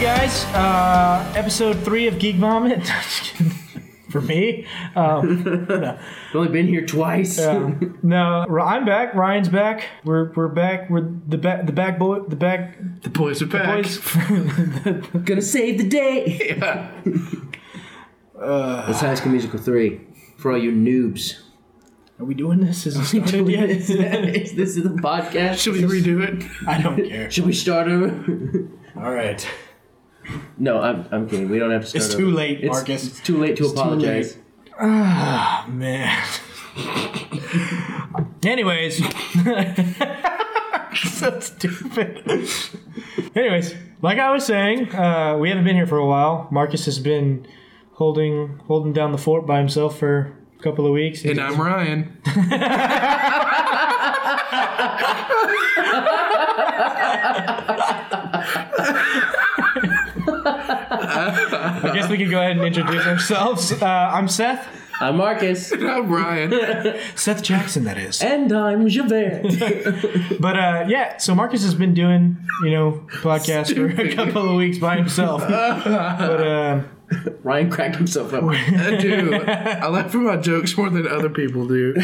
guys. Uh, episode three of Geek Vomit. For me, I've only been here twice. um, no, Ry- I'm back. Ryan's back. We're we're back. We're the back the back boy the back The boys are back. boys. Gonna save the day. Yeah. That's High School Musical 3 for all you noobs. Are we doing this? Is it started Is yet? this is the podcast. Should we redo it? I don't care. Should we start over? All right. No, I'm, I'm kidding. We don't have to start It's over. too late, It's- Marcus. It's too late to too apologize. late. Ah, Man. Anyways. so stupid. Anyways, like I was saying, uh, we haven't been here for a while. Marcus has been holding holding down the fort by himself for a couple of weeks. And I'm Ryan. I guess we could go ahead and introduce ourselves. Uh, I'm Seth. I'm Marcus. I'm Ryan. Seth Jackson, that is. and I'm Javert. But uh, yeah, so Marcus has been doing, you know, podcast for a couple of weeks by himself. but uh, Ryan cracked himself up. I do. I laugh at my jokes more than other people do.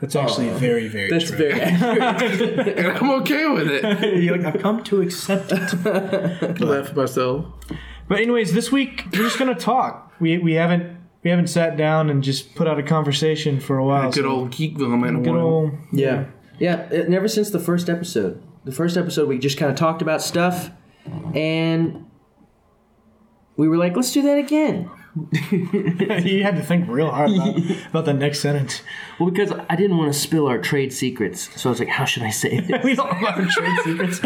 that's actually very, very That's very accurate. And I'm okay with it. You're like, I've come to accept it. I laugh at myself. But anyways, this week we're just gonna talk. We we haven't we haven't sat down and just put out a conversation for a while. Good so- old geek villain. good old Yeah. Yeah, it, never since the first episode. The first episode, we just kind of talked about stuff, and we were like, let's do that again. you had to think real hard about, about the next sentence. Well, because I didn't want to spill our trade secrets, so I was like, how should I say this? We don't love our trade secrets.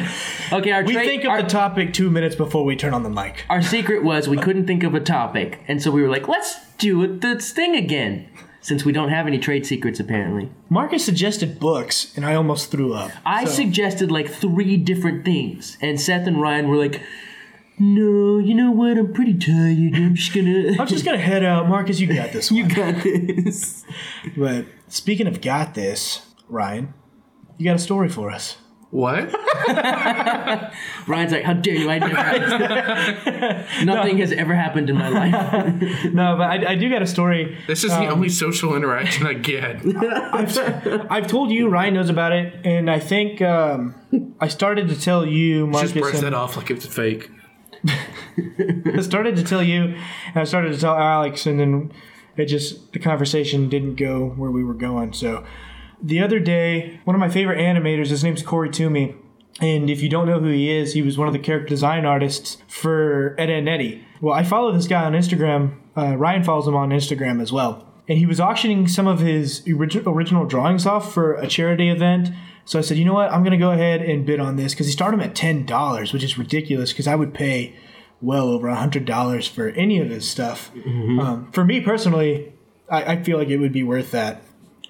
Okay, our We trade, think of our, the topic two minutes before we turn on the mic. our secret was we couldn't think of a topic, and so we were like, let's do it, this thing again. Since we don't have any trade secrets, apparently. Marcus suggested books, and I almost threw up. I suggested like three different things, and Seth and Ryan were like, "No, you know what? I'm pretty tired. I'm just gonna." I'm just gonna head out, Marcus. You got this one. got this. But speaking of got this, Ryan, you got a story for us. What? Ryan's like, "How dare you? I never." Nothing has ever happened in my life. No, but I, I do got a story. This is Um, the only social interaction I get. I've told you, Ryan knows about it, and I think um, I started to tell you, Marcus. Just brush and- that off like it's fake. I started to tell you, and I started to tell Alex, and then it just the conversation didn't go where we were going. So the other day, one of my favorite animators, his name's Corey Toomey, and if you don't know who he is, he was one of the character design artists for Ed and Eddie. Well, I follow this guy on Instagram. Uh, Ryan follows him on Instagram as well. And he was auctioning some of his origi- original drawings off for a charity event. So I said, you know what? I'm going to go ahead and bid on this because he started him at $10, which is ridiculous because I would pay well over a hundred dollars for any of his stuff. Um, for me personally, I, I feel like it would be worth that.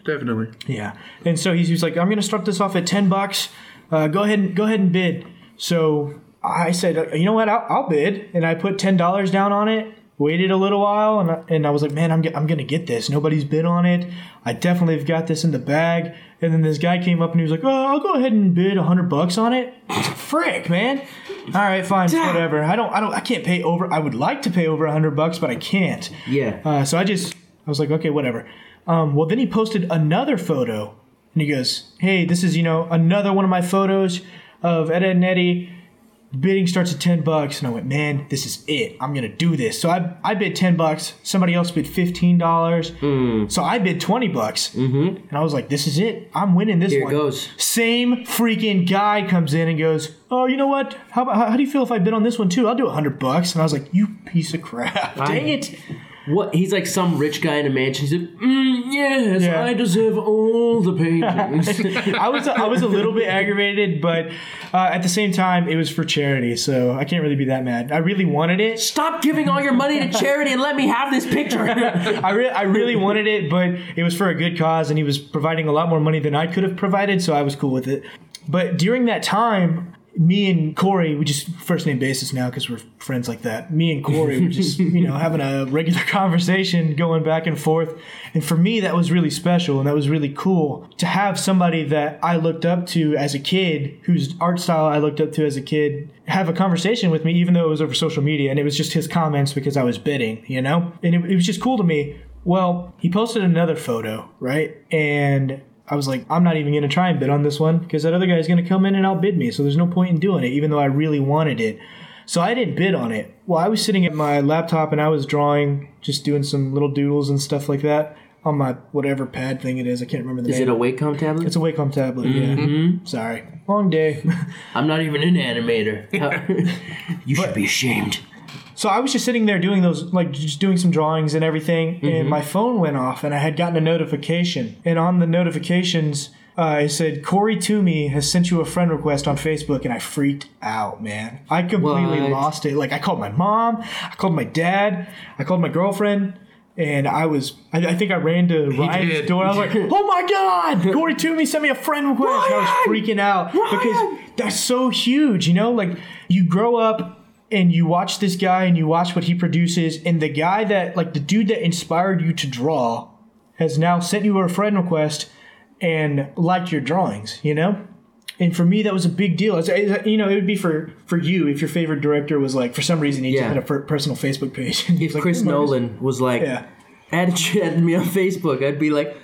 Definitely. Yeah, and so he's, he's like, I'm gonna start this off at ten bucks. Uh, go ahead and go ahead and bid. So I said, "Uh, you know what, I'll, I'll bid, and I put ten dollars down on it. Waited a little while, and I, and I was like, man, I'm, ge- I'm gonna get this. Nobody's bid on it. I definitely have got this in the bag. And then this guy came up and he was like, oh, I'll go ahead and bid hundred bucks on it. Frick, man. All right, fine, whatever. I don't, I don't, I can't pay over. I would like to pay over hundred bucks, but I can't. Yeah. Uh, so I just, I was like, okay, whatever. Um, well, then he posted another photo, and he goes, "Hey, this is you know another one of my photos of Ed, Ed and Eddie. Bidding starts at ten bucks." And I went, "Man, this is it. I'm gonna do this." So I I bid ten bucks. Somebody else bid fifteen dollars. Hmm. So I bid twenty bucks, mm-hmm. and I was like, "This is it. I'm winning this Here it one." goes. Same freaking guy comes in and goes, "Oh, you know what? How, about- how, how do you feel if I bid on this one too? I'll do a hundred bucks." And I was like, "You piece of crap! Dang it!" What? He's like some rich guy in a mansion. He's like, mm, "Yes, Yeah. I deserve all the paintings." I was I was a little bit aggravated, but uh, at the same time, it was for charity, so I can't really be that mad. I really wanted it. Stop giving all your money to charity and let me have this picture. I, re- I really wanted it, but it was for a good cause, and he was providing a lot more money than I could have provided, so I was cool with it. But during that time, me and Corey, we just first name basis now because we're friends like that. Me and Corey were just, you know, having a regular conversation going back and forth. And for me, that was really special and that was really cool to have somebody that I looked up to as a kid, whose art style I looked up to as a kid, have a conversation with me, even though it was over social media and it was just his comments because I was bidding, you know? And it, it was just cool to me. Well, he posted another photo, right? And I was like, I'm not even going to try and bid on this one because that other guy's going to come in and outbid me. So there's no point in doing it, even though I really wanted it. So I didn't bid on it. Well, I was sitting at my laptop and I was drawing, just doing some little doodles and stuff like that on my whatever pad thing it is. I can't remember the Is it name. a Mm-hmm. Wacom tablet? it's a Wacom tablet. Yeah. Sorry. Long day. I'm not even an animator. How- you should be ashamed. So I was just sitting there doing those, like just doing some drawings and everything, Mm-hmm. and my phone went off, and I had gotten a notification, and on the notifications. Uh, it said Corey Toomey has sent you a friend request on Facebook, and I freaked out, man. I completely What? lost it. Like I called my mom, I called my dad, I called my girlfriend, and I was—I I think I ran to Ryan's did. door. I was like, "Oh my god, Corey Toomey sent me a friend request!" And I was Ryan! freaking out Ryan! because that's so huge, you know? Like you grow up and you watch this guy and you watch what he produces and the guy that like the dude that inspired you to draw has now sent you a friend request and liked your drawings, you know? And for me, that was a big deal. It's, it's- you know, it would be for for you if your favorite director was like, for some reason, he Yeah. just had a per- personal Facebook page. And he If was like, Chris "Hey, Marcus." Nolan was like, Yeah. added, you- added me on Facebook, I'd be like,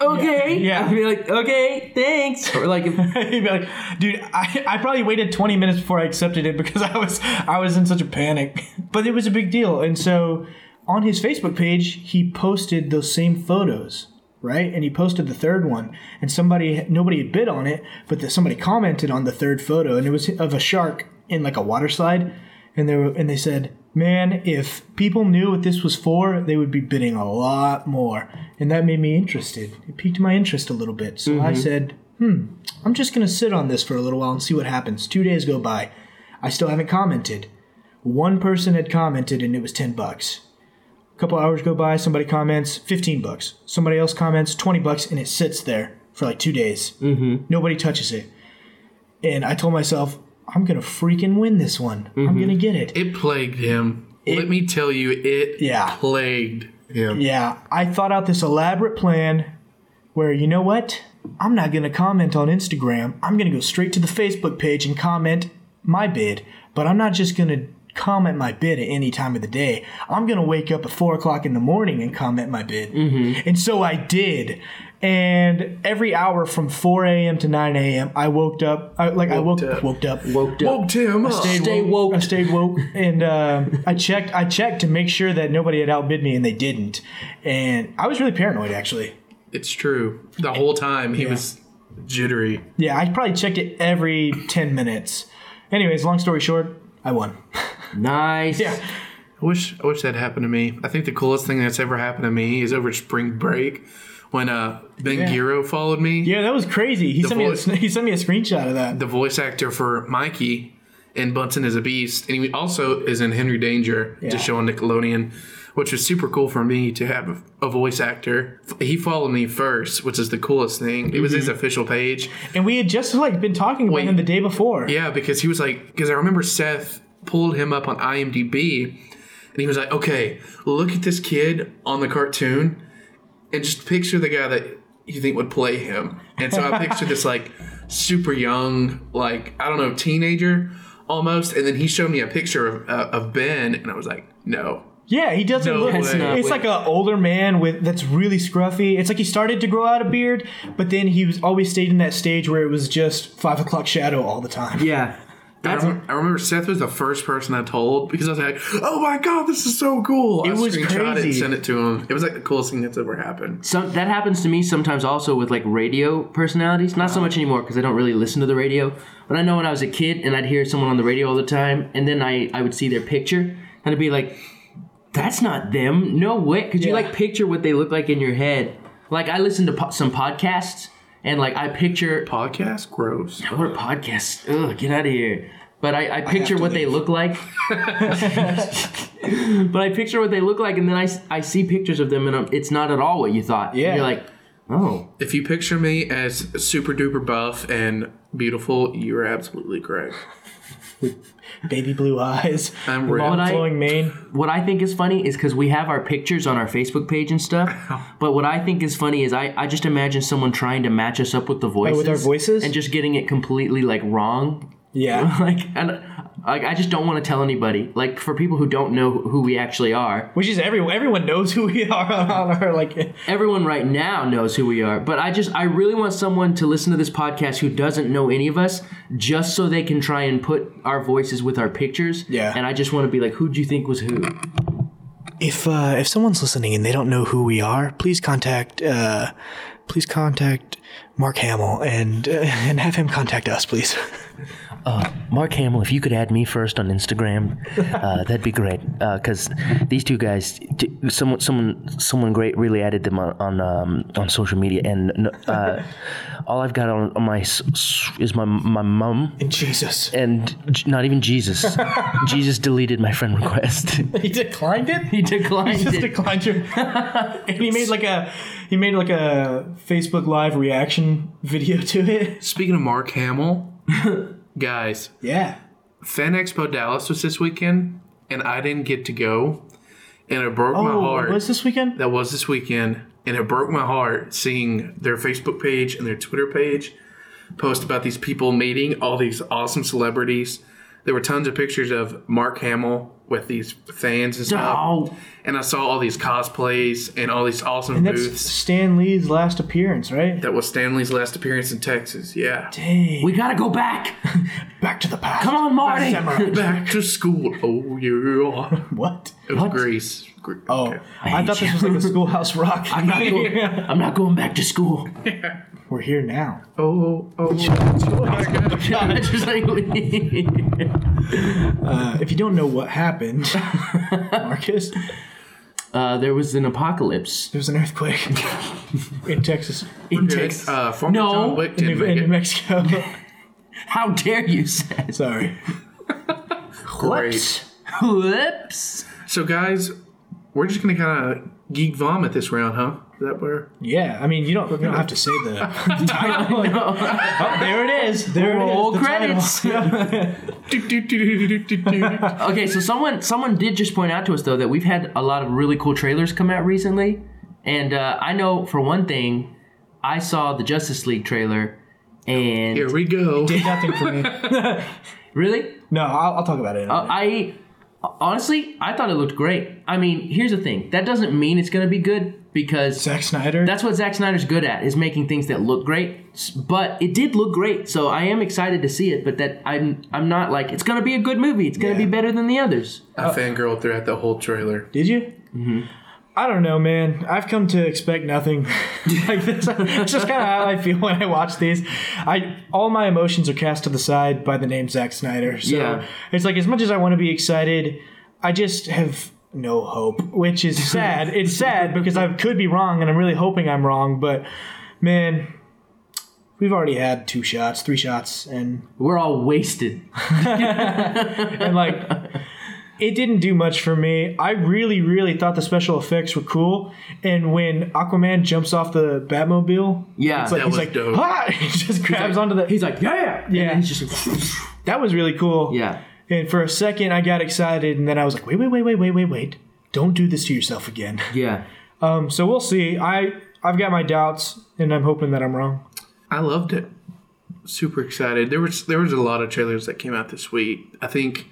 uh, okay. Yeah, yeah. I'd be like, okay, thanks. Or like, if, He'd be like, dude, I, I probably waited 20 minutes before I accepted it because I was I was in such a panic. But it was a big deal. And so on his Facebook page, he posted those same photos, right? And he posted the third one. And somebody nobody had bid on it, but the, somebody commented on the third photo and it was of a shark in like a water slide and they were, and they said, "Man, if people knew what this was for, they would be bidding a lot more." And that made me interested. It piqued my interest a little bit. So I said, "Hmm, I'm just going to sit on this for a little while and see what happens." 2 days go by. I still haven't commented. One person had commented and it was 10 bucks. A couple hours go by, somebody comments 15 bucks. Somebody else comments 20 bucks and it sits there for like 2 days. Mm-hmm. Nobody touches it. And I told myself, I'm going to freaking win this one. I'm going to get it. It plagued him. Let me tell you, it Yeah. plagued him. Yeah, I thought out this elaborate plan where, you know what? I'm not going to comment on Instagram. I'm going to go straight to the Facebook page and comment my bid. But I'm not just going to comment my bid at any time of the day. I'm going to wake up at 4 o'clock in the morning and comment my bid. And so I did. And every hour from 4 a.m. to 9 a.m., I woke up. I, like, I woke Woked up. up. Woke up. woke up. Woke him up. Stayed Stay woke. I stayed woke, and um, I checked. I checked to make sure that nobody had outbid me, and they didn't. And I was really paranoid, actually. It's true. The whole time he was jittery. Yeah, I probably checked it every ten minutes. Anyways, long story short, I won. Nice. Yeah. I wish I wish that happened to me. I think the coolest thing that's ever happened to me is over spring break when uh Ben Giro followed me. Yeah, that was crazy. He sent me voice- a, he sent me a screenshot of that. The voice actor for Mikey and Bunsen is a beast. And he also is in Henry Danger, Yeah. just showing Nickelodeon, which was super cool for me to have a voice actor. He followed me first, which is the coolest thing. It was his official page. And we had just like been talking about Wait. him the day before. Yeah, because he was like, because I remember Seth pulled him up on IMDb, and he was like, okay, look at this kid on the cartoon, and just picture the guy that you think would play him. And so I pictured this like super young, like I don't know, teenager almost. And then he showed me a picture of uh, of Ben, and I was like, no, Yeah, he doesn't No look. way. That's It's not like an older man with that's really scruffy. It's like he started to grow out a beard, but then he was always stayed in that stage where it was just five o'clock shadow all the time. Yeah. I, rem- I remember Seth was the first person I told because I was like, "Oh my god, this is so cool!" I It was screenshot it and crazy. sent it to him. It was like the coolest thing that's ever happened. Some, that happens to me sometimes also with like radio personalities. Not so Uh-huh. much anymore because I don't really listen to the radio. But I know when I was a kid and I'd hear someone on the radio all the time, and then I, I would see their picture and I'd be like, that's not them. No way. Because you Yeah. like picture what they look like in your head. Like I listen to po- some podcasts and like I picture. Podcast, gross. What a podcast. Ugh, get out of here. But I, I picture to what they leave. look like. but I picture what they look like, and then I, s- I see pictures of them, and i it's not at all what you thought. And Yeah. you're like, Oh, If you picture me as super duper buff and beautiful, you're absolutely correct. Baby blue eyes, I'm long real. I- flowing mane. what I think is funny is because we have our pictures on our Facebook page and stuff. But what I think is funny is I, I just imagine someone trying to match us up with the voices, with our voices? and just getting it completely like wrong. Yeah, like, and like I just don't want to tell anybody. Like for people who don't know who we actually are, which is everyone. Everyone knows who we are on our like. everyone right now knows who we are. But I just I really want someone to listen to this podcast who doesn't know any of us, just so they can try and put our voices with our pictures. Yeah. And I just want to be like, who do you think was who? If uh, if someone's listening and they don't know who we are, please contact uh, please contact Mark Hamill and uh, and have him contact us, please. Mark Hamill, if you could add me first on Instagram, uh, that'd be great. Because these two guys, t- someone, someone, someone great really added them on on, um, on social media, and uh, all I've got on, on my s- s- is my my mum, Jesus. and j- not even Jesus. Jesus deleted my friend request. He declined it. he declined just declined your. and he made like a, he made like a Facebook Live reaction video to it. Speaking of Mark Hamill, guys, Yeah. Fan Expo Dallas was this weekend, and I didn't get to go, and it broke my Oh, heart. was this weekend? that was this weekend, and it broke my heart seeing their Facebook page and their Twitter page post about these people meeting all these awesome celebrities. There were tons of pictures of Mark Hamill with these fans and stuff, Oh, and I saw all these cosplays and all these awesome And that's booths. Stan Lee's last appearance, right? That was Stanley's last appearance in Texas. Yeah, Dang. we gotta go back. Back to the past. Come on, Marty. Samurai. back to school. Oh yeah, What? it was Greece. Gre- Oh, okay. I, hate thought you. this was like a Schoolhouse Rock. I'm not, going, I'm not going back to school. We're here now. oh oh. Just like- Uh, if you don't know what happened, Marcus, there Uh, there was an apocalypse. was an earthquake in Texas, In Good. Texas. Uh, former No. John Wick in didn't New, make in New it. Mexico. How dare you, Seth? Sorry. Great. Whoops. So, guys, we're just gonna kind of geek vomit this round, huh? Is that where? Yeah, I mean, you don't, you don't have to say the, the title. Oh, there it is. There Roll it is. the title. credits. yeah, Okay, so someone someone did just point out to us though that we've had a lot of really cool trailers come out recently, and uh, I know for one thing, I saw the Justice League trailer, and here we go. Did nothing for me. really, No, I'll, I'll talk about it. in a uh, minute. I honestly I thought it looked great. I mean, here's the thing: that doesn't mean it's gonna be good because Zack Snyder. That's what Zack Snyder's good at is making things that look great. S- But it did look great, so I am excited to see it. But that I'm I'm not like it's gonna be a good movie. It's gonna Yeah. be better than the others. I fangirled throughout the whole trailer. Did you? Mm-hmm. I don't know, man. I've come to expect nothing like this. It's just kind of how I feel when I watch these. I all my emotions are cast to the side by the name Zack Snyder. So Yeah. it's like as much as I want to be excited, I just have no hope, which is sad. it's sad because I could be wrong, and I'm really hoping I'm wrong. But man, we've already had two shots, three shots, and We're all wasted. and like it didn't do much for me. I really, really thought the special effects were cool. And when Aquaman jumps off the Batmobile, Yeah, it's like That he's was like, dope. "Ah!" he just grabs onto the. he's like yeah Yeah. And he's just like, That was really cool. yeah. And for a second, I got excited, and then I was like, wait, wait, wait, wait, wait, wait, wait. Don't do this to yourself again. Yeah, Um, so we'll see. I I've got my doubts, and I'm hoping that I'm wrong. I loved it. Super excited. There was there was a lot of trailers that came out this week. I think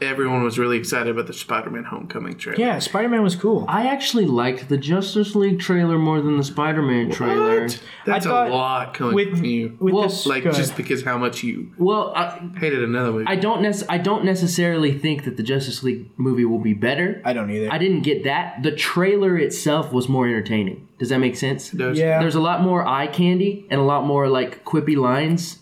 everyone was really excited about the Spider-Man Homecoming trailer. Yeah, Spider Man was cool. I actually liked the Justice League trailer more than the Spider-Man trailer. What? That's I thought a lot coming with- from you. With Well, this, like go ahead. just because how much you Well, I, hated another movie. I don't nec- I don't necessarily think that the Justice League movie will be better. I don't either. I didn't get that. The trailer itself was more entertaining. Does that make sense? Those- yeah, There's a lot more eye candy and a lot more like quippy lines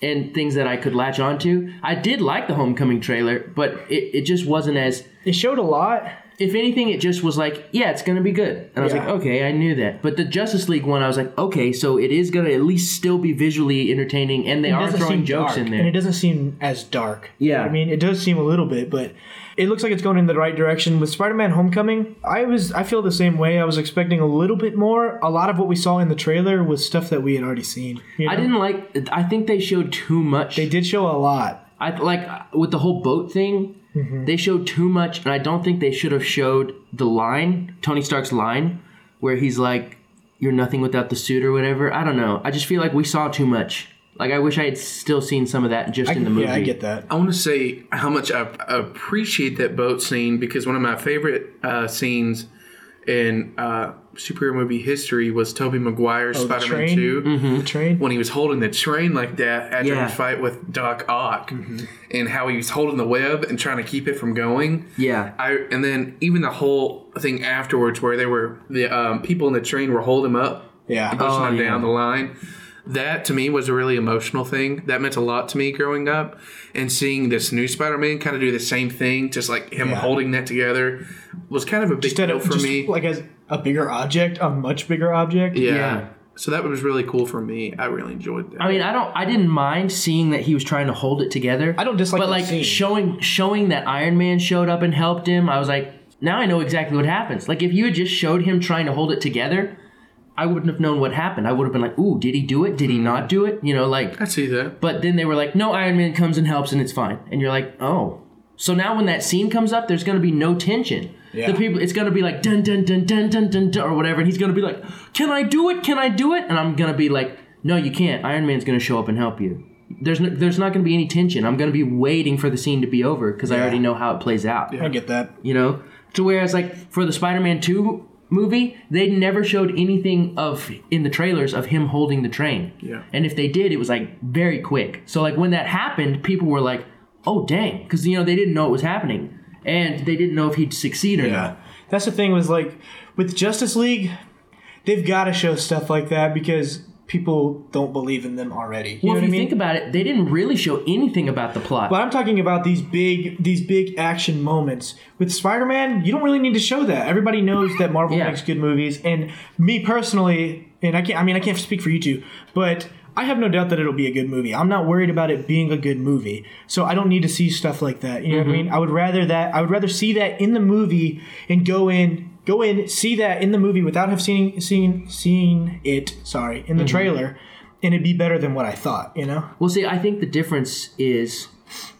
and things that I could latch onto. I did like the Homecoming trailer, but it, it just wasn't as it showed a lot. if anything, it just was like, yeah, it's gonna be good. And I was Yeah. like, okay, I knew that. But the Justice League one, I was like, okay, so it is gonna at least still be visually entertaining, and they It are doesn't throwing seem jokes dark, in And it there. doesn't seem as dark. Yeah. I mean, it does seem a little bit, but it looks like it's going in the right direction. With Spider-Man Homecoming, I was I feel the same way. I was expecting a little bit more. A lot of what we saw in the trailer was stuff that we had already seen. you I know? didn't like. I think they showed too much. They did show a lot. I like uh, with the whole boat thing. Mm-hmm. They showed too much, and I don't think they should have showed the line, Tony Stark's line, where he's like, "You're nothing without the suit" or whatever. I don't know. I just feel like we saw too much. Like I wish I had still seen some of that just I, in the movie. Yeah, I get that. I want to say how much I appreciate that boat scene because one of my favorite uh, scenes in uh, superhero movie history was Tobey Maguire's Oh, the Spider-Man train. 2 Mm-hmm. The train. when he was holding the train like that after Yeah. Mm-hmm. his fight with Doc Ock and how he was holding the web and trying to keep it from going. Yeah. I and then even the whole thing afterwards where they were the um, people in the train were holding him up Yeah. pushing Oh, him yeah. down the line. That to me was a really emotional thing. That meant a lot to me growing up, and seeing this new Spider-Man kind of do the same thing, just like him Yeah. holding that together, was kind of a big Instead deal of for just me. like as a bigger object, a much bigger object. yeah. Yeah. So that was really cool for me. I really enjoyed that. I mean, I don't. I didn't mind seeing that he was trying to hold it together. I don't dislike but that like scene. showing showing that Iron Man showed up and helped him. I was like, now I know exactly what happens. Like if you had just showed him trying to hold it together, I wouldn't have known what happened. I would have been like, ooh, did he do it? Mm-hmm. Did he not do it? You know, like. I see that. But then they were like, no, Iron Man comes and helps and it's fine. And you're like, oh. So now when that scene comes up, there's gonna be no tension. Yeah. The people, it's gonna be like dun dun dun dun dun dun dun or whatever, and he's gonna be like, "Can I do it? Can I do it?" And I'm gonna be like, "No, you can't. Iron Man's gonna show up and help you." There's no, there's not gonna be any tension. I'm gonna be waiting for the scene to be over because I already know how it plays out. I get that. You know. To whereas like for the Spider-Man Two movie, they never showed anything of in the trailers of him holding the train. Yeah. And if they did, it was like very quick. So like when that happened, people were like, "Oh dang," because you know they didn't know it was happening, and they didn't know if he'd succeed or Yeah. not. That's the thing was like with Justice League, they've got to show stuff like that because people don't believe in them already. You Well, know what if I you mean? think about it, they didn't really show anything about the plot. but I'm talking about these big these big action moments. With Spider-Man, you don't really need to show that. Everybody knows that Marvel Yeah. makes good movies and me personally, and I can't I mean I can't speak for you two, but I have no doubt that it'll be a good movie. I'm not worried about it being a good movie. So I don't need to see stuff like that. You know what I Mm-hmm. mean? I would rather that I would rather see that in the movie and go in go in see that in the movie without have seen seen seen it, sorry, in the Mm-hmm. trailer and it'd be better than what I thought, you know? Well, see, I think the difference is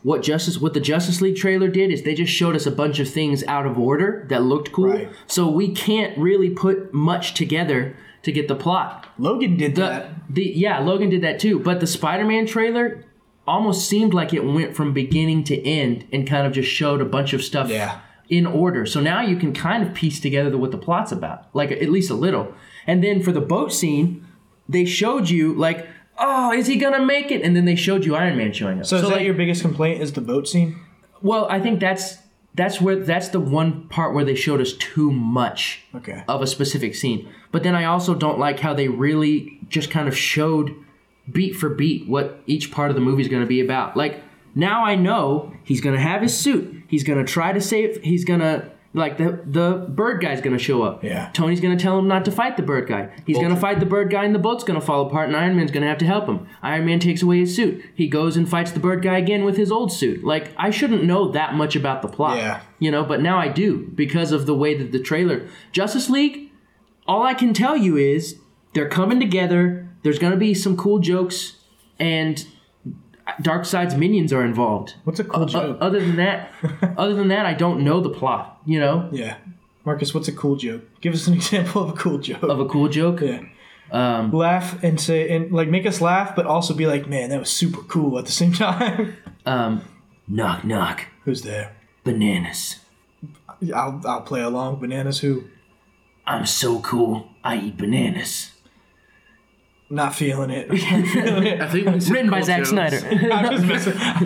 what justice what the Justice League trailer did is they just showed us a bunch of things out of order that looked cool. Right. So we can't really put much together to get the plot. Logan did The, that. the yeah, Logan did that too, but the Spider-Man trailer almost seemed like it went from beginning to end and kind of just showed a bunch of stuff Yeah. in order. So now you can kind of piece together what the plot's about, like at least a little. And then for the boat scene, they showed you like, oh, is he gonna make it? And then they showed you Iron Man showing up. So, is that like, your biggest complaint is the boat scene? well, I think that's that's where that's the one part where they showed us too much Okay. of a specific scene. But then I also don't like how they really just kind of showed beat for beat what each part of the movie is going to be about. Like now I know he's going to have his suit. He's going to try to save. He's going to like the the bird guy's going to show up. Yeah. Tony's going to tell him not to fight the bird guy. He's going to fight the bird guy and the boat's going to fall apart and Iron Man's going to have to help him. Iron Man takes away his suit. He goes and fights the bird guy again with his old suit. Like I shouldn't know that much about the plot Yeah. you know but now i do because of the way that the trailer justice league all i can tell you is they're coming together there's going to be some cool jokes and dark side's minions are involved What's a cool O- joke? other than that other than that i don't know the plot you know yeah. Marcus, what's a cool joke? Give us an example of a cool joke. of a cool joke yeah. laugh and say and like make us laugh, but also be like, man, that was super cool at the same time. um knock knock Who's there? bananas I'll I'll play along. Bananas who? i'm so cool i eat bananas Not feeling it. Not feeling it. I think we said written by cool Zack jokes. snyder I was messing-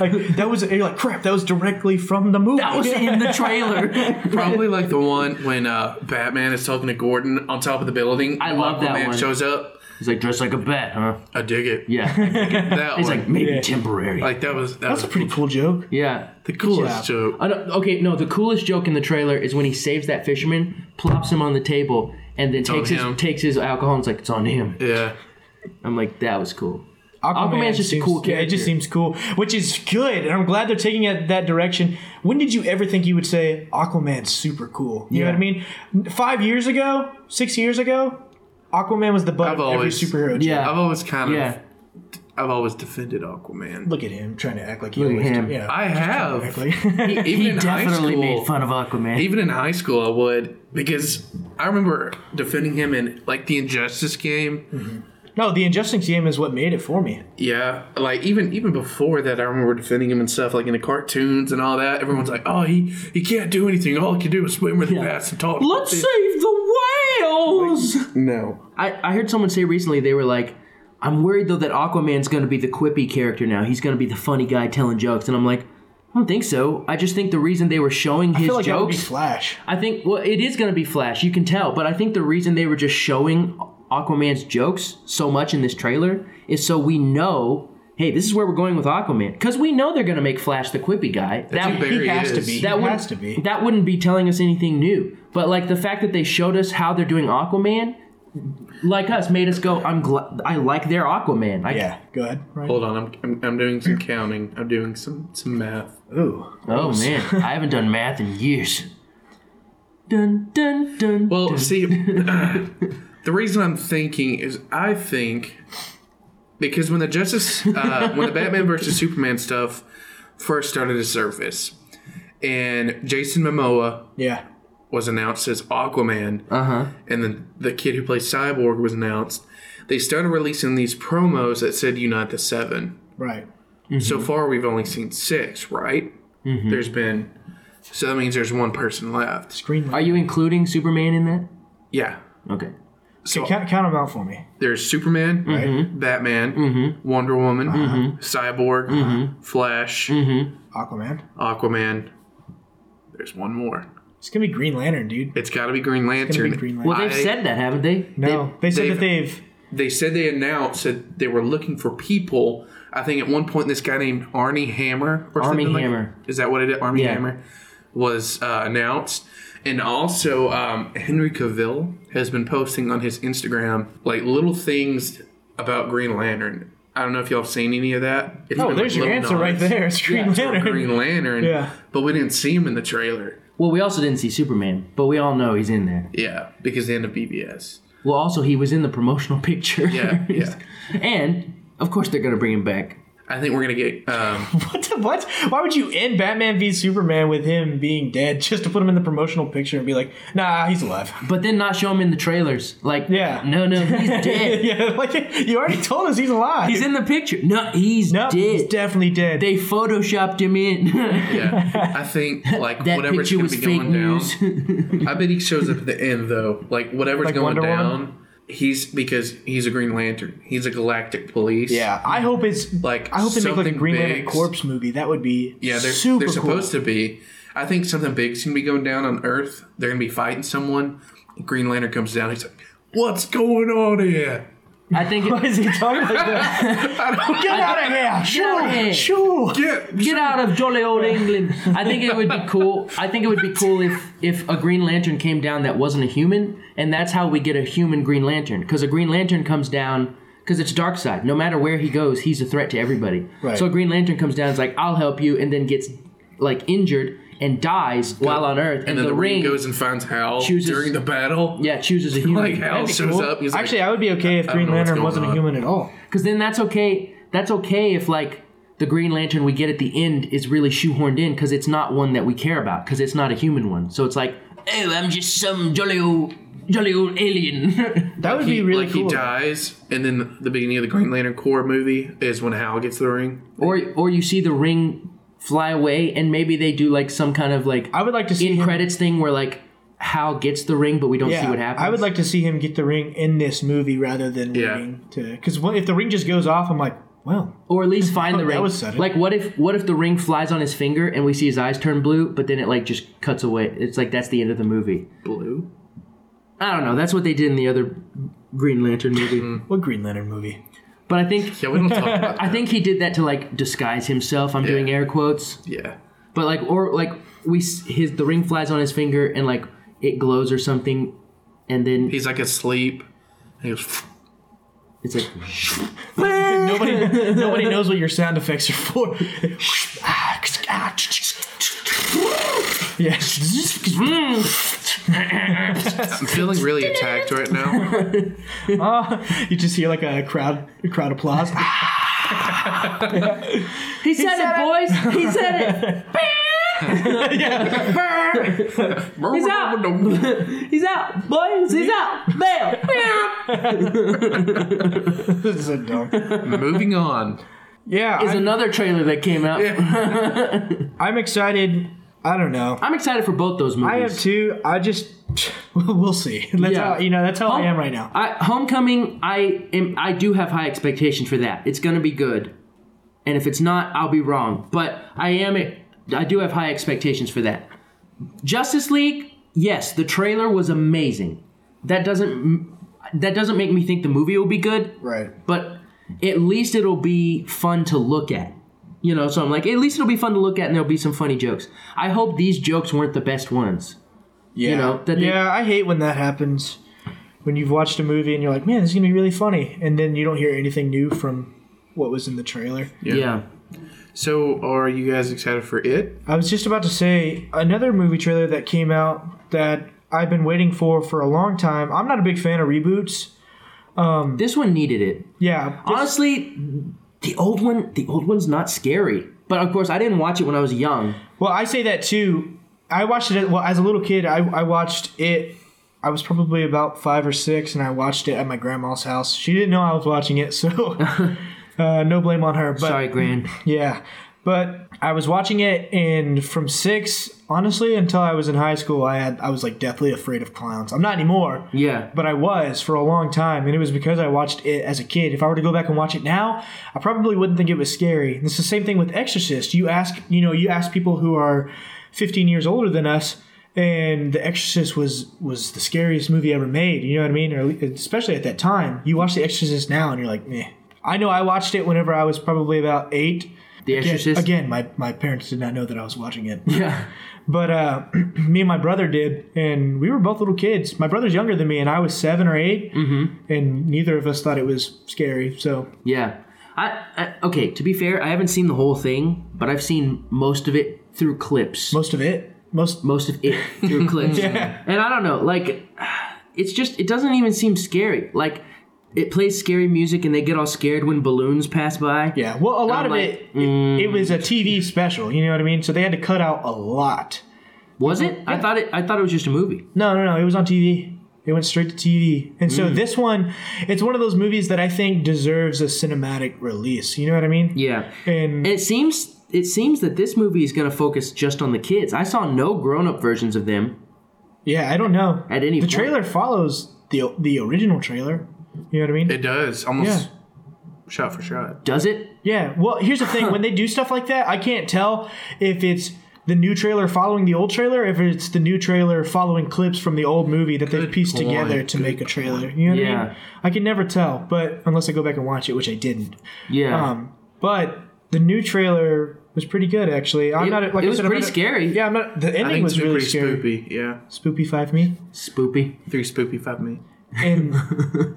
like that was you're like crap. That was directly from the movie. that was in the trailer Probably like the one when uh, Batman is talking to Gordon on top of the building. I love that Aquaman one. shows up. He's like dressed like a bat, huh? I dig it. Yeah. That He's one. like maybe Yeah. temporary. Like, that was that That's a was pretty cool joke. yeah. the coolest joke. I don't, okay, no. The coolest joke in the trailer is when he saves that fisherman, plops him on the table, and then takes on his him. takes his alcohol. and It's like it's on him. Yeah. I'm like that was cool. Aquaman Aquaman's just a seems- cool Yeah, it just character. seems cool, which is good. And I'm glad they're taking it that direction. When did you ever think you would say Aquaman's super cool? You know what I mean? Five years ago, six years ago, Aquaman was the butt I've of every always- superhero. joke. Yeah. I've always kind of yeah. I've always defended Aquaman. Look at him trying to act like he Look always at him. do. Yeah. I Act have. like- Even He in high definitely school, made fun of Aquaman. Even in high school, I would because I remember defending him in like the Injustice game. no, the Injustice game is what made it for me. Yeah, like even even before that, I remember defending him and stuff, like in the cartoons and all that. Everyone's like, "Oh, he he can't do anything. All he can do is swim really fast and talk." Let's save the whales. no. I, I heard someone say recently they were like, I'm worried though that Aquaman's gonna be the quippy character now. He's gonna be the funny guy telling jokes, and I'm like, I don't think so. I just think the reason they were showing I his feel like I would be jokes, Flash. I think well, it is gonna be Flash. You can tell, but I think the reason they were just showing Aquaman's jokes so much in this trailer is so we know. Hey, this is where we're going with Aquaman because we know they're gonna make Flash the quippy guy. That, There he he has to is. be. that he would- has to be. That wouldn't be telling us anything new. But like the fact that they showed us how they're doing Aquaman, like us, made us go, I'm glad I like their Aquaman. I, yeah. Go ahead. Right. Hold on, I'm, I'm I'm doing some counting. I'm doing some some math. Ooh. Oh man, I haven't done math in years. Dun dun dun. Well, dun. see, the reason I'm thinking is I think because when the Justice, uh, when the Batman versus Superman stuff first started to surface, and Jason Momoa Yeah. was announced as Aquaman, Uh huh. and then the kid who plays Cyborg was announced, they started releasing these promos that said "Unite the 7 Right. So far, we've only seen six, right? There's been so that means there's one person left. Green Are Lantern. you including Superman in that? Yeah. Okay. So Count, count them out for me. there's Superman, Mm-hmm. Batman, Wonder Woman, Cyborg, Flash, Aquaman. Aquaman. There's one more. It's gonna be Green Lantern, dude. It's got to be Green Lantern. Green Lantern. Ah, Well, they've I- said that, haven't they? No, they, said that they've. They said they announced that they were looking for people. I think at one point this guy named Arnie Hammer or Army something like- Hammer. is that what it is? Army Yeah. Hammer was uh, announced. And also, um, Henry Cavill has been posting on his Instagram like little things about Green Lantern. I don't know if y'all have seen any of that. It's Oh, been, there's like, your little answer right nods. there. It's Green Or Lantern. Green Lantern. Yeah. But we didn't see him in the trailer. Well, we also didn't see Superman, but we all know he's in there. Yeah, because they end up BBS. Well, also he was in the promotional picture. Yeah, yeah. and of course they're gonna bring him back. I think we're gonna get. Um, What? The, what? Why would you end Batman v Superman with him being dead just to put him in the promotional picture and be like, nah, he's alive? But then not show him in the trailers. Like, Yeah. no, no, he's dead. yeah, like you already told us he's alive. He's in the picture. No, he's Nope, dead. he's definitely dead. They photoshopped him in. yeah, I think like that whatever's picture gonna was be fake going news. down. I bet he shows up at the end though. Like whatever's Like going Wonder Woman? down, he's because he's a Green Lantern. He's a Galactic Police. yeah, I hope it's Like, I hope they make like a something Green Lantern big. corpse movie. That would be yeah. They're super they're cool. supposed to be. I think something big's gonna be going down on Earth. They're gonna be fighting someone. Green Lantern comes down. He's like, "What's going on here?" I think. It, Why is he talking like that? Get out of here! outta Shoo! here. Shoo! Yeah, Get out of jolly old England. I think it would be cool. I think it would be cool if if a Green Lantern came down that wasn't a human, and that's how we get a human Green Lantern. Because a Green Lantern comes down because it's Dark Side. No matter where he goes, he's a threat to everybody. Right. So a Green Lantern comes down, is like, "I'll help you," and then gets like injured and dies while on Earth. And, And then the, ring, goes and finds Hal chooses- during the battle. Yeah, chooses a human. Like Hal shows up. He's Actually, like, I would be okay if I Green don't know what's Lantern going wasn't a on. human at all. Because then that's okay. That's okay if like the Green Lantern we get at the end is really shoehorned in because it's not one that we care about because it's not a human one. So it's like, oh, I'm just some jolly old, jolly old alien. That would he, be really like cool. he dies, and then the beginning of the Green Lantern Corps movie is when Hal gets the ring. or or you see the ring fly away and maybe they do like some kind of like I would like to see in him credits thing where like Hal gets the ring but we don't see what happens. I would like to see him get the ring in this movie rather than Yeah. waiting to. Because if the ring just goes off, I'm like, well, or at least find the That ring. was sudden. Like what if what if the ring flies on his finger and we see his eyes turn blue but then it like just cuts away. It's like that's the end of the movie. Blue. I don't know. That's what they did in the other Green Lantern Mm-hmm. movie. What Green Lantern movie? but I think Yeah, we don't talk about I think he did that to like disguise himself. I'm doing air quotes. Yeah. But like, or like we s- his the ring flies on his finger and like it glows or something, and then He's like asleep. And he goes, it's like Nobody, nobody knows what your sound effects are for. yes. I'm feeling really attacked right now. Ah, you just hear like a crowd, crowd applause. he said, it, boys. He said it. He's out. He's out, boys. He's out. Bail. this is so dumb. Moving on. Yeah, Is I'm, another trailer that came out. I'm excited. I don't know. I'm excited for both those movies. I have two. I just we'll see. That's Yeah. how you know. That's how I Home- am right now. I, Homecoming, I am. I do have high expectations for that. It's gonna be good, and if it's not, I'll be wrong. But I am. I do have high expectations for that. Justice League, yes, the trailer was amazing. That doesn't. That doesn't make me think the movie will be good, Right. but at least it'll be fun to look at. You know, so I'm like, at least it'll be fun to look at, and there'll be some funny jokes. I hope these jokes weren't the best ones. Yeah. know, that they- yeah. I hate when that happens. When you've watched a movie and you're like, man, this is gonna be really funny, and then you don't hear anything new from what was in the trailer. Yeah. So, are you guys excited for it? I was just about to say another movie trailer that came out that I've been waiting for for a long time. I'm not a big fan of reboots. this one needed it. Yeah. Honestly, the old one, the old one's not scary. But of course, I didn't watch it when I was young. Well, I say that too. I watched it well as a little kid. I, I watched it. I was probably about five or six, and I watched it at my grandma's house. She didn't know I was watching it, so uh, no blame on her. But Sorry, Gran. yeah, but I was watching it, and from six, honestly, until I was in high school, I had I was like deathly afraid of clowns. I'm not anymore. Yeah. But I was for a long time, and it was because I watched it as a kid. If I were to go back and watch it now, I probably wouldn't think it was scary. And it's the same thing with Exorcist. You ask, you know, you ask people who are 15 years older than us, and The Exorcist was was the scariest movie ever made. You know what I mean? Or at le- especially at that time, you watch The Exorcist now, and you're like, meh. I know I watched it whenever I was probably about eight. The Again- Exorcist. Again, my, my parents did not know that I was watching it. Yeah. But uh, me and my brother did, and we were both little kids. My brother's younger than me, and I was seven or 8 and neither of us thought it was scary. So Yeah. I, I okay. To be fair, I haven't seen the whole thing, but I've seen most of it through clips. most of it, most Most of it through clips. Yeah. And I don't know, like, it's just it doesn't even seem scary. Like, it plays scary music, and they get all scared when balloons pass by. yeah. Well, a lot I'm of like, it, it- it was a TV special. You know what I mean? So they had to cut out a lot. Was it? I thought it. I thought it was just a movie. No, no, no. It was on TV. It went straight to TV. And so this one, it's one of those movies that I think deserves a cinematic release. You know what I mean? Yeah. And And it seems it seems that this movie is going to focus just on the kids. I saw no grown-up versions of them. yeah, I don't know. At any the point. trailer follows the the original trailer. You know what I mean? It does almost shot for shot. Does it? Yeah. Well, here's the thing: when they do stuff like that, I can't tell if it's the new trailer following the old trailer, if it's the new trailer following clips from the old movie that they've Good pieced point, together to good make a trailer. You know what I Yeah. mean? I can never tell, but unless I go back and watch it, which I didn't. Yeah. Um, but the new trailer was pretty good, actually. I'm It- not like it I was said, I'm pretty not- scary. Yeah, I'm not. The I ending think was it's really pretty scary. spoopy. Yeah, Spoopy five me. Spoopy. three spoopy five me. and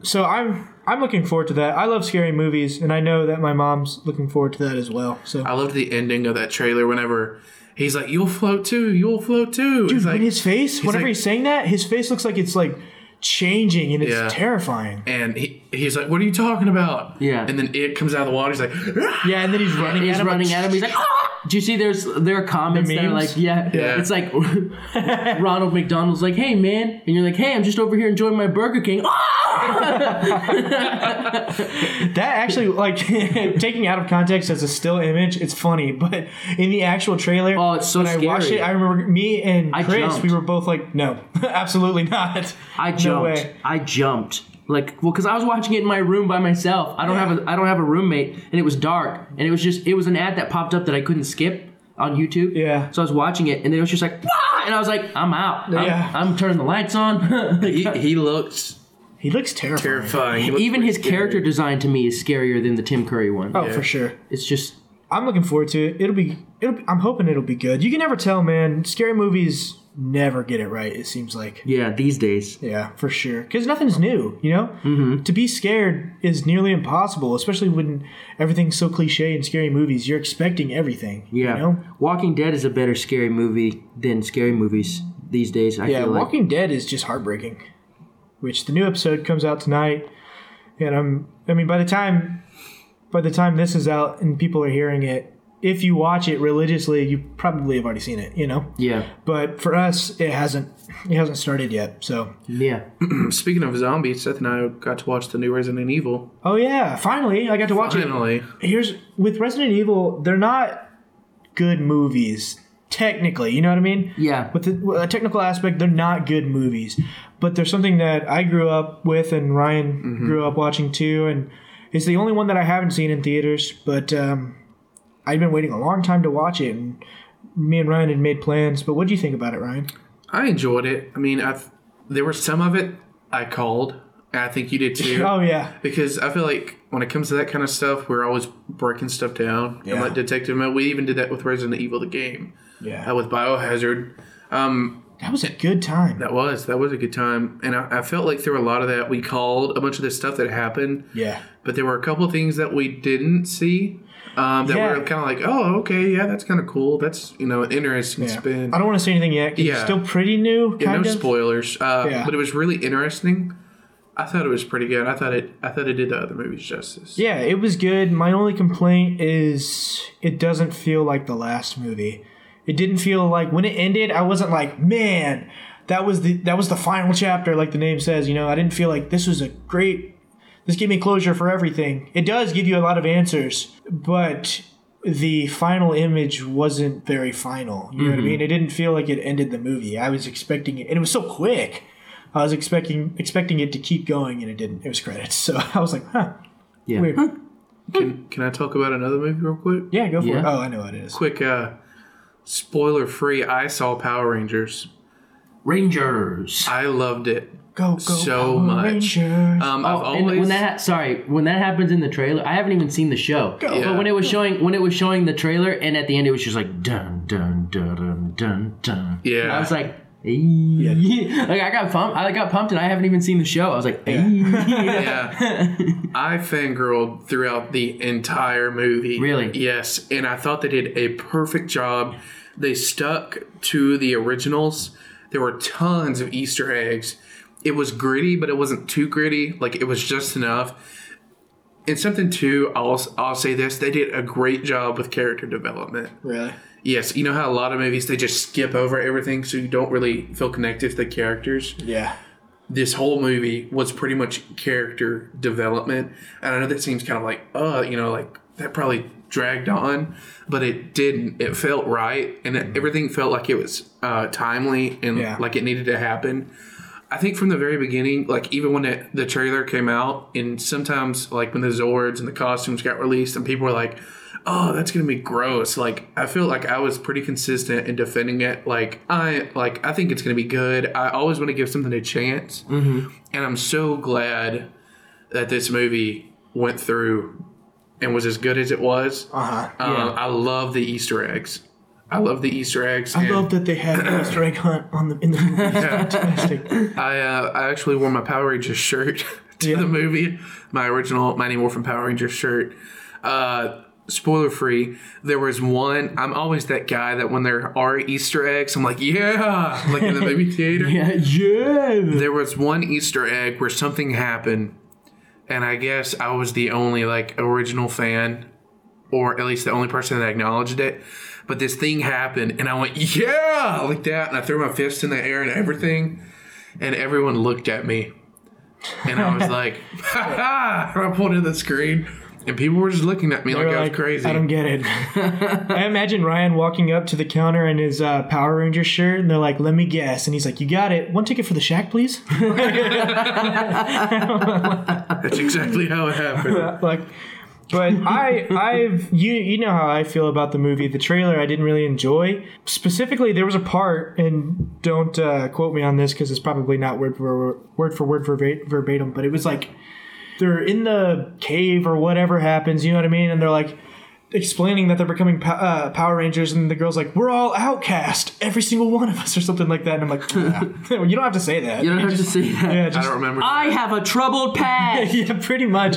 so I'm I'm looking forward to that. I love scary movies, and I know that my mom's looking forward to that as well. So I loved the ending of that trailer. Whenever he's like, "You'll float too. You'll float too." Dude, He's like, when his face, whenever like- he's saying that, his face looks like it's like changing and it's Yeah. terrifying. and he, he's like, "What are you talking about?" Yeah. And then it comes out of the water. He's like, "Ah!" Yeah, and then he's running. He's at him, running like, at him. He's like, ah! Do you see? There's there are comments The that are memes? like, yeah, Yeah. It's like Ronald McDonald's like, hey man, and you're like, hey, I'm just over here enjoying my Burger King. Ah! That actually, like, taking out of context as a still image, it's funny. But in the actual trailer, Oh, it's so when I watched scary. it, I remember me and I Chris, jumped. we were both like, "No, absolutely not." I No jumped. way. I jumped. Like, well, because I was watching it in my room by myself. I don't have a I don't have a roommate, and it was dark, and it was just it was an ad that popped up that I couldn't skip on YouTube. Yeah. So I was watching it, and then it was just like, "Wah!" and I was like, I'm out. I'm, Yeah. I'm turning the lights on. He, he looks He looks terrifying. Terrifying. He looks Even pretty his scary. character design to me is scarier than the Tim Curry one. Oh, for sure. It's just I'm looking forward to it. It'll be. It'll. Be, I'm hoping it'll be good. You can never tell, man. Scary movies never get it right. It seems like. yeah, these days. Yeah, for sure. Because nothing's new, you know. Mm-hmm. To be scared is nearly impossible, especially when everything's so cliche in scary movies. You're expecting everything. Yeah. You know? Walking Dead is a better scary movie than scary movies these days. I Yeah. feel like Walking Dead is just heartbreaking. Which the new episode comes out tonight, and I'm. I mean, by the time, by the time this is out and people are hearing it, if you watch it religiously, you probably have already seen it. You know. yeah, but for us it hasn't it hasn't started yet so yeah. Speaking of zombies, Seth and I got to watch the new Resident Evil. oh yeah finally i got to watch Finally, it here's with resident evil they're not good movies technically you know what i mean Yeah. with the with a technical aspect they're not good movies but there's something that i grew up with and ryan grew up watching too and it's the only one that i haven't seen in theaters but um, i've been waiting a long time to watch it and me and ryan had made plans but what do you think about it ryan I enjoyed it. I mean, I there were some of it I called, and I think you did too. oh yeah Because I feel like when it comes to that kind of stuff, we're always breaking stuff down. Yeah. And like Detective Mo, we even did that with Resident Evil the game, yeah uh, with Biohazard. Um, that was a good time that was that was a good time, and I, I felt like through a lot of that, we called a bunch of the stuff that happened, yeah but there were a couple of things that we didn't see um, that Yeah. were kind of like, oh, okay, yeah, that's kind of cool. That's you know an interesting Yeah. spin. I don't want to say anything yet. 'cause It's Yeah. still pretty new, kind Yeah, no of. spoilers, uh, Yeah. but it was really interesting. I thought it was pretty good. I thought it. I thought it did the other movies justice. Yeah, it was good. My only complaint is it doesn't feel like the last movie. It didn't feel like when it ended. I wasn't like, man, that was the that was the final chapter, like the name says. You know, I didn't feel like this was a great. This gave me closure for everything. It does give you a lot of answers, but the final image wasn't very final. You know what I mean? It didn't feel like it ended the movie. I was expecting it, and it was so quick. I was expecting expecting it to keep going, and it didn't. It was credits, so I was like, huh. Yeah. Weird. Can, can I talk about another movie real quick? Yeah, go for Yeah. it. Oh, I know what it is. Quick, uh, spoiler free. I saw Power Rangers. Rangers. I loved it. Go, go, So Power much. Rangers. Um, I've Oh, and always when that ha- sorry, when that happens in the trailer, I haven't even seen the show. But when it was showing, when it was showing the trailer, and at the end it was just like dun dun dun dun dun dun. Yeah. And I was like. Yeah. like I got pumped. I got pumped, and I haven't even seen the show. I was like, "Eh." yeah, I fangirled throughout the entire movie. Really? Yes, and I thought they did a perfect job. They stuck to the originals. There were tons of Easter eggs. It was gritty, but it wasn't too gritty. Like it was just enough. And something too, I'll I'll say this: they did a great job with character development. really? Yes, you know how a lot of movies they just skip over everything, so you don't really feel connected to the characters Yeah. this whole movie was pretty much character development. And I know that seems kind of like, uh, you know, like that probably dragged on, but it didn't. It felt right, and it- everything felt like it was uh, timely and Yeah. like it needed to happen. I think from the very beginning, like even when it, the trailer came out, and sometimes like when the Zords and the costumes got released, and people were like, "Oh, that's gonna be gross." Like I feel like I was pretty consistent in defending it. Like I like I think it's gonna be good. I always want to give something a chance, mm-hmm. and I'm so glad that this movie went through and was as good as it was. Uh, Uh huh. I love the Easter eggs. I love the Easter eggs. I and- love that they had an Easter egg hunt on the in the movie. It's fantastic. I uh, I actually wore my Power Rangers shirt to Yeah. the movie. My original Mighty Morphin Power Rangers shirt. Uh, spoiler free, there was one. I'm always that guy that when there are Easter eggs, I'm like, yeah, like in the movie theater. yeah, yeah. There was one Easter egg where something happened, and I guess I was the only like original fan, or at least the only person that acknowledged it. But this thing happened, and I went, "Yeah!" like that, and I threw my fist in the air and everything, and everyone looked at me, and I was like, "Ha ha!" And I pointed at the screen, and people were just looking at me like, They're I was like, crazy. I don't get it. I imagine Ryan walking up to the counter in his uh, Power Ranger shirt, and they're like, "Let me guess," and he's like, "You got it. One ticket for the shack, please." That's exactly how it happened. like, But I, I've you you know how I feel about the movie. The trailer I didn't really enjoy. Specifically, there was a part, and don't uh, quote me on this because it's probably not word for word for word verba- verbatim. But it was like they're in the cave or whatever happens. You know what I mean? And they're like explaining that they're becoming po- uh, Power Rangers, and the girl's like, "We're all outcast, every single one of us," or something like that. And I'm like, "Yeah." "You don't have to say that." You don't have to say that. yeah, I just, don't remember. I have a troubled past. yeah, pretty much.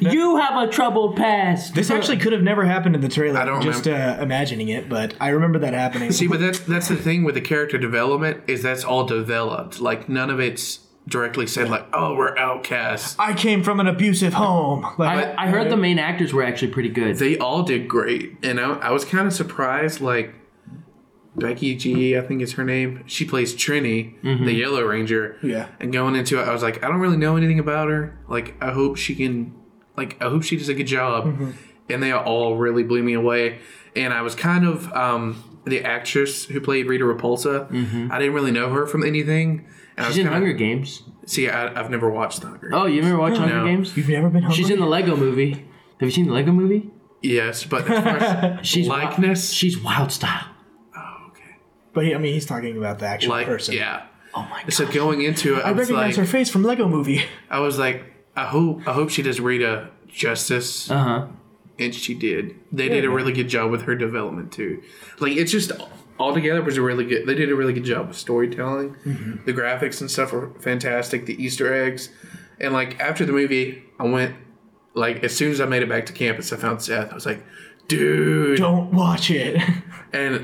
you have a troubled past. This actually could have never happened in the trailer. I don't just uh, imagining it, but I remember that happening. See, but that's that's the thing with the character development is that's all developed. Like none of it's directly said. Like, oh, we're outcasts. I came from an abusive home. Like, I, I heard the main actors were actually pretty good. They all did great, and I, I was kind of surprised. Like Becky G, I think is her name. She plays Trini, Mm-hmm. the Yellow Ranger. Yeah. And going into it, I was like, I don't really know anything about her. Like, I hope she can. Like, I hope she does a good job. Mm-hmm. And they all really blew me away. And I was kind of um, the actress who played Rita Repulsa. I didn't really know her from anything. And Mm-hmm. She's I was in kinda- Hunger Games. See, I, I've never watched The Hunger. Oh, you ever watch Hunger No. Games? you've never been hungry. She's in the Lego movie. Have you seen the Lego movie? Yes, but as far as She's wi- likeness, she's wild style. but he, I mean, he's talking about the actual like, person. yeah. Oh my god. So going into it, I, I was like, recognize her face from Lego Movie. I was like, I hope, I hope she does Rita justice, Uh huh. and she did. They did a really good job with her development too. Like it's just altogether was a really good. They did a really good job with storytelling. Mm-hmm. The graphics and stuff were fantastic. The Easter eggs, and like after the movie, I went like as soon as I made it back to campus, I found Seth. I was like, dude, Don't watch it. and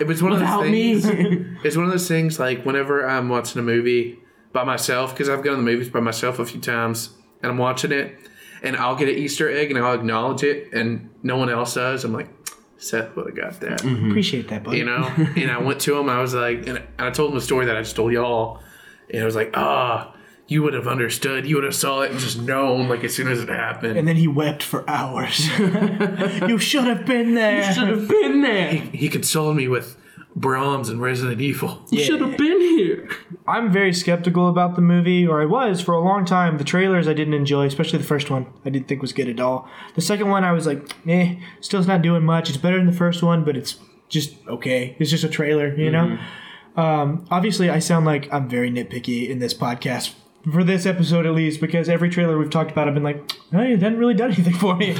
it was one of Without those me. things. It's one of those things like whenever I'm watching a movie by myself, because I've gone to the movies by myself a few times and I'm watching it and I'll get an Easter egg and I'll acknowledge it and no one else does. I'm like, Seth would have got that. Appreciate that, buddy. You know? and I went to him, I was like, and I told him the story that I just told y'all. And I was like, ah, you would have understood. You would have saw it and just known like as soon as it happened. and then he wept for hours. you should have been there. Should have been there. He consoled me with Brahms and Resident Evil. You Should have been here. I'm very skeptical about the movie, or I was for a long time. The trailers I didn't enjoy, especially the first one. I didn't think was good at all. The second one I was like, eh, still's not doing much. It's better than the first one, but it's just okay. It's just a trailer, you know. Um, obviously, I sound like I'm very nitpicky in this podcast for this episode at least, because every trailer we've talked about, I've been like, hey, it hasn't really done anything for me.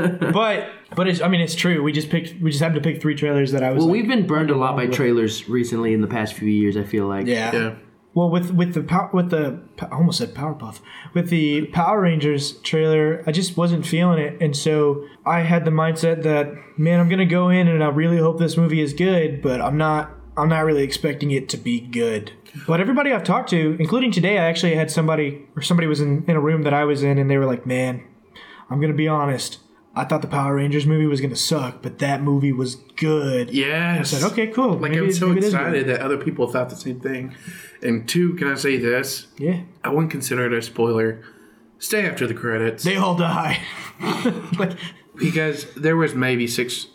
but but it's I mean it's true. We just picked we just happened to pick three trailers that I was. Well, like, we've been burned a lot by trailers recently in the past few years. I feel like. Yeah. Well, with with the pow- with the I almost said Powerpuff with the Power Rangers trailer, I just wasn't feeling it, and so I had the mindset that man, I'm gonna go in and I really hope this movie is good, but I'm not. I'm not really expecting it to be good. But everybody I've talked to, including today, I actually had somebody or somebody was in, in a room that I was in, and they were like, "Man, I'm gonna be honest. I thought the Power Rangers movie was gonna suck, but that movie was good." Yes. I said, okay, cool. Like Maybe I'm it- so maybe it is good." excited that other people thought the same thing. And two, can I say this? Yeah. I wouldn't consider it a spoiler. Stay after the credits They all die. like, because there was maybe six,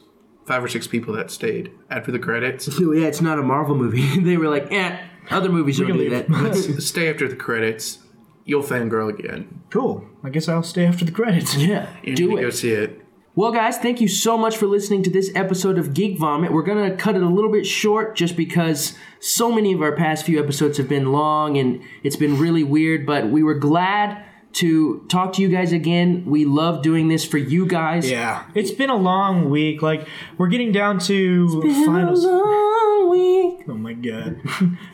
five or six people that stayed after the credits. So, yeah, it's not a Marvel movie. they were like, eh, other movies don't do can that. leave. Stay after the credits. You'll fangirl again. cool. I guess I'll stay after the credits. yeah, You need do to it. go see it. Well, guys, thank you so much for listening to this episode of Geek Vomit. We're going to cut it a little bit short just because so many of our past few episodes have been long and it's been really weird, but we were glad to talk to you guys again. We love doing this for you guys. Yeah. It's been a long week. Like, we're getting down to finals. Long week Oh my god.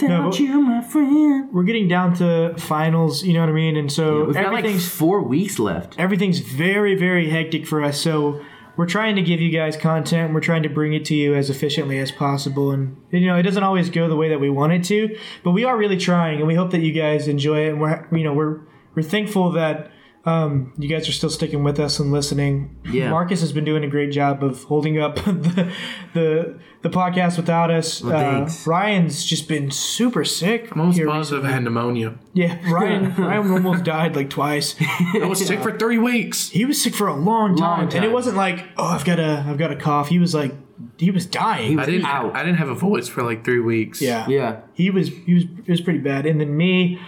without but- you, my friend. we're getting down to finals, you know what I mean? And so We've got like everything's four weeks left. everything's very, very hectic for us. So we're trying to give you guys content. We're trying to bring it to you as efficiently as possible. And, you know, it doesn't always go the way that we want it to, but we are really trying and we hope that you guys enjoy it. And we're, you know, we're, we're thankful that um, you guys are still sticking with us and listening. Yeah. Marcus has been doing a great job of holding up the, the, the podcast without us. Uh, thanks. Ryan's just been super sick. I'm almost here positive I had pneumonia. yeah, Ryan, Ryan almost died like twice. I was sick for three weeks. He was sick for a long time, and time. it wasn't like, oh, I've got a, I've got a cough. He was like, he was dying. I didn't. Out. I didn't have a voice for like three weeks. yeah. Yeah. he was, he was, it was pretty bad. And then me,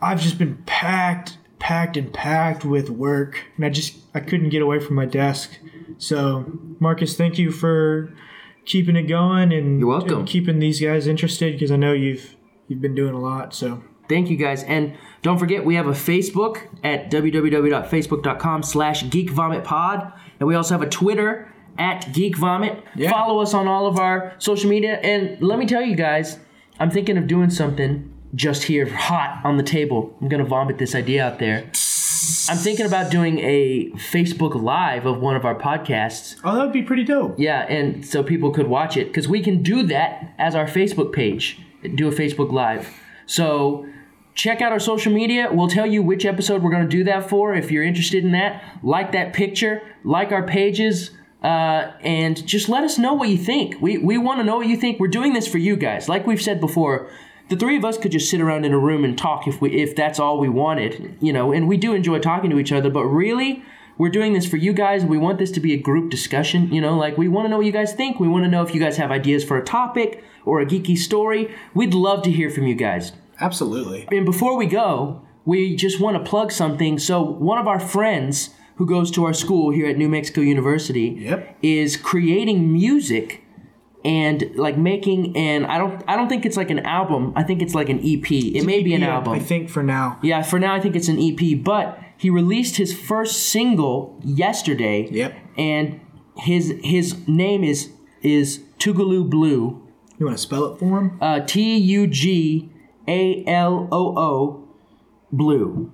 I've just been packed, packed and packed with work, and I just I couldn't get away from my desk. So, Marcus, thank you for keeping it going and You're welcome. and keeping these guys interested because I know you've you've been doing a lot. So, Thank you guys. And don't forget, we have a Facebook at www.facebook.com slash geekvomitpod. And we also have a Twitter at geekvomit. Follow us on all of our social media. And let me tell you guys, I'm thinking of doing something just here hot on the table. I'm going to vomit this idea out there. I'm thinking about doing a Facebook Live of one of our podcasts. oh, that would be pretty dope. Yeah, and so people could watch it because we can do that as our Facebook page, do a Facebook Live. So check out our social media. We'll tell you which episode we're going to do that for if you're interested in that. Like that picture, like our pages. Uh, and just let us know what you think. We, we want to know what you think. We're doing this for you guys. Like we've said before, the three of us could just sit around in a room and talk if we if that's all we wanted, you know. And we do enjoy talking to each other, but really, we're doing this for you guys. We want this to be a group discussion. You know, like we want to know what you guys think. We want to know if you guys have ideas for a topic or a geeky story. We'd love to hear from you guys. Absolutely. And before we go, we just want to plug something. So one of our friends who goes to our school here at New Mexico University Yep. is creating music and like making an I don't I don't think it's like an album. I think it's like an EP. It may be an Yeah, album. E I think for now. Yeah, for now I think it's an EP, but he released his first single yesterday. Yep. And his his name is is Tougaloo Blue. You want to spell it for him? Uh, T U G A L O O Blue,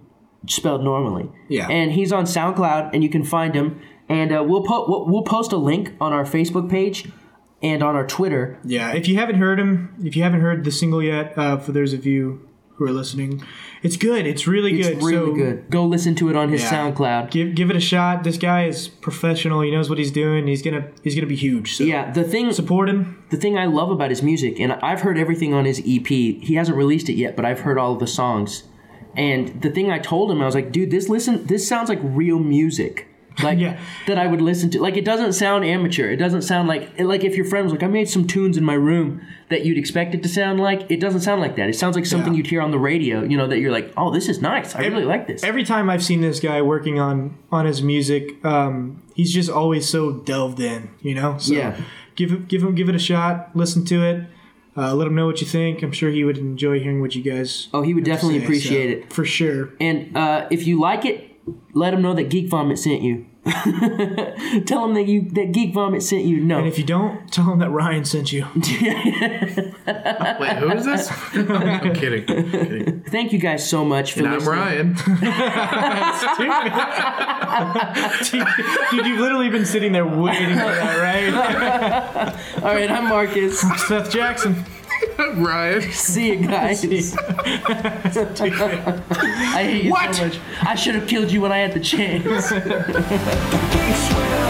spelled normally. Yeah. And he's on SoundCloud, and you can find him. And uh, we'll, po- we'll we'll post a link on our Facebook page and on our Twitter Yeah, if you haven't heard him, if you haven't heard the single yet, uh, for those of you who are listening, it's good. It's really It's good. really So good. Go listen to it on his Yeah. SoundCloud. Give give it a shot. This guy is professional. He knows what he's doing. He's gonna he's gonna be huge. So Yeah, the thing support him. the thing I love about his music, and I've heard everything on his EP. He hasn't released it yet, but I've heard all of the songs. And the thing I told him, I was like, dude, this listen, this sounds like real music. Like Yeah. that I would listen to. Like it doesn't sound amateur. It doesn't sound like like if your friend was like, I made some tunes in my room that you'd expect it to sound like. It doesn't sound like that. It sounds like something Yeah. you'd hear on the radio. You know that you're like, oh, this is nice. I really like this. Every time I've seen this guy working on on his music, um, he's just always so delved in. You know. So Yeah. Give it- give him give it a shot. Listen to it. Uh, let him know what you think. I'm sure he would enjoy hearing what you guys. oh, he would definitely say, so, appreciate it. for sure. And uh, if you like it, let them know that Geek Vomit sent you. Tell them that you that Geek Vomit sent you. No, And if you don't, tell him that Ryan sent you. Wait, who is this? I'm kidding. I'm kidding. thank you guys so much for And I'm listening. Ryan. Dude, Dude, you've literally been sitting there waiting for that, right? All right, I'm Marcus. Seth Jackson. Ryan. See you guys. I hate you so much. I should have killed you when I had the chance. Geeks will.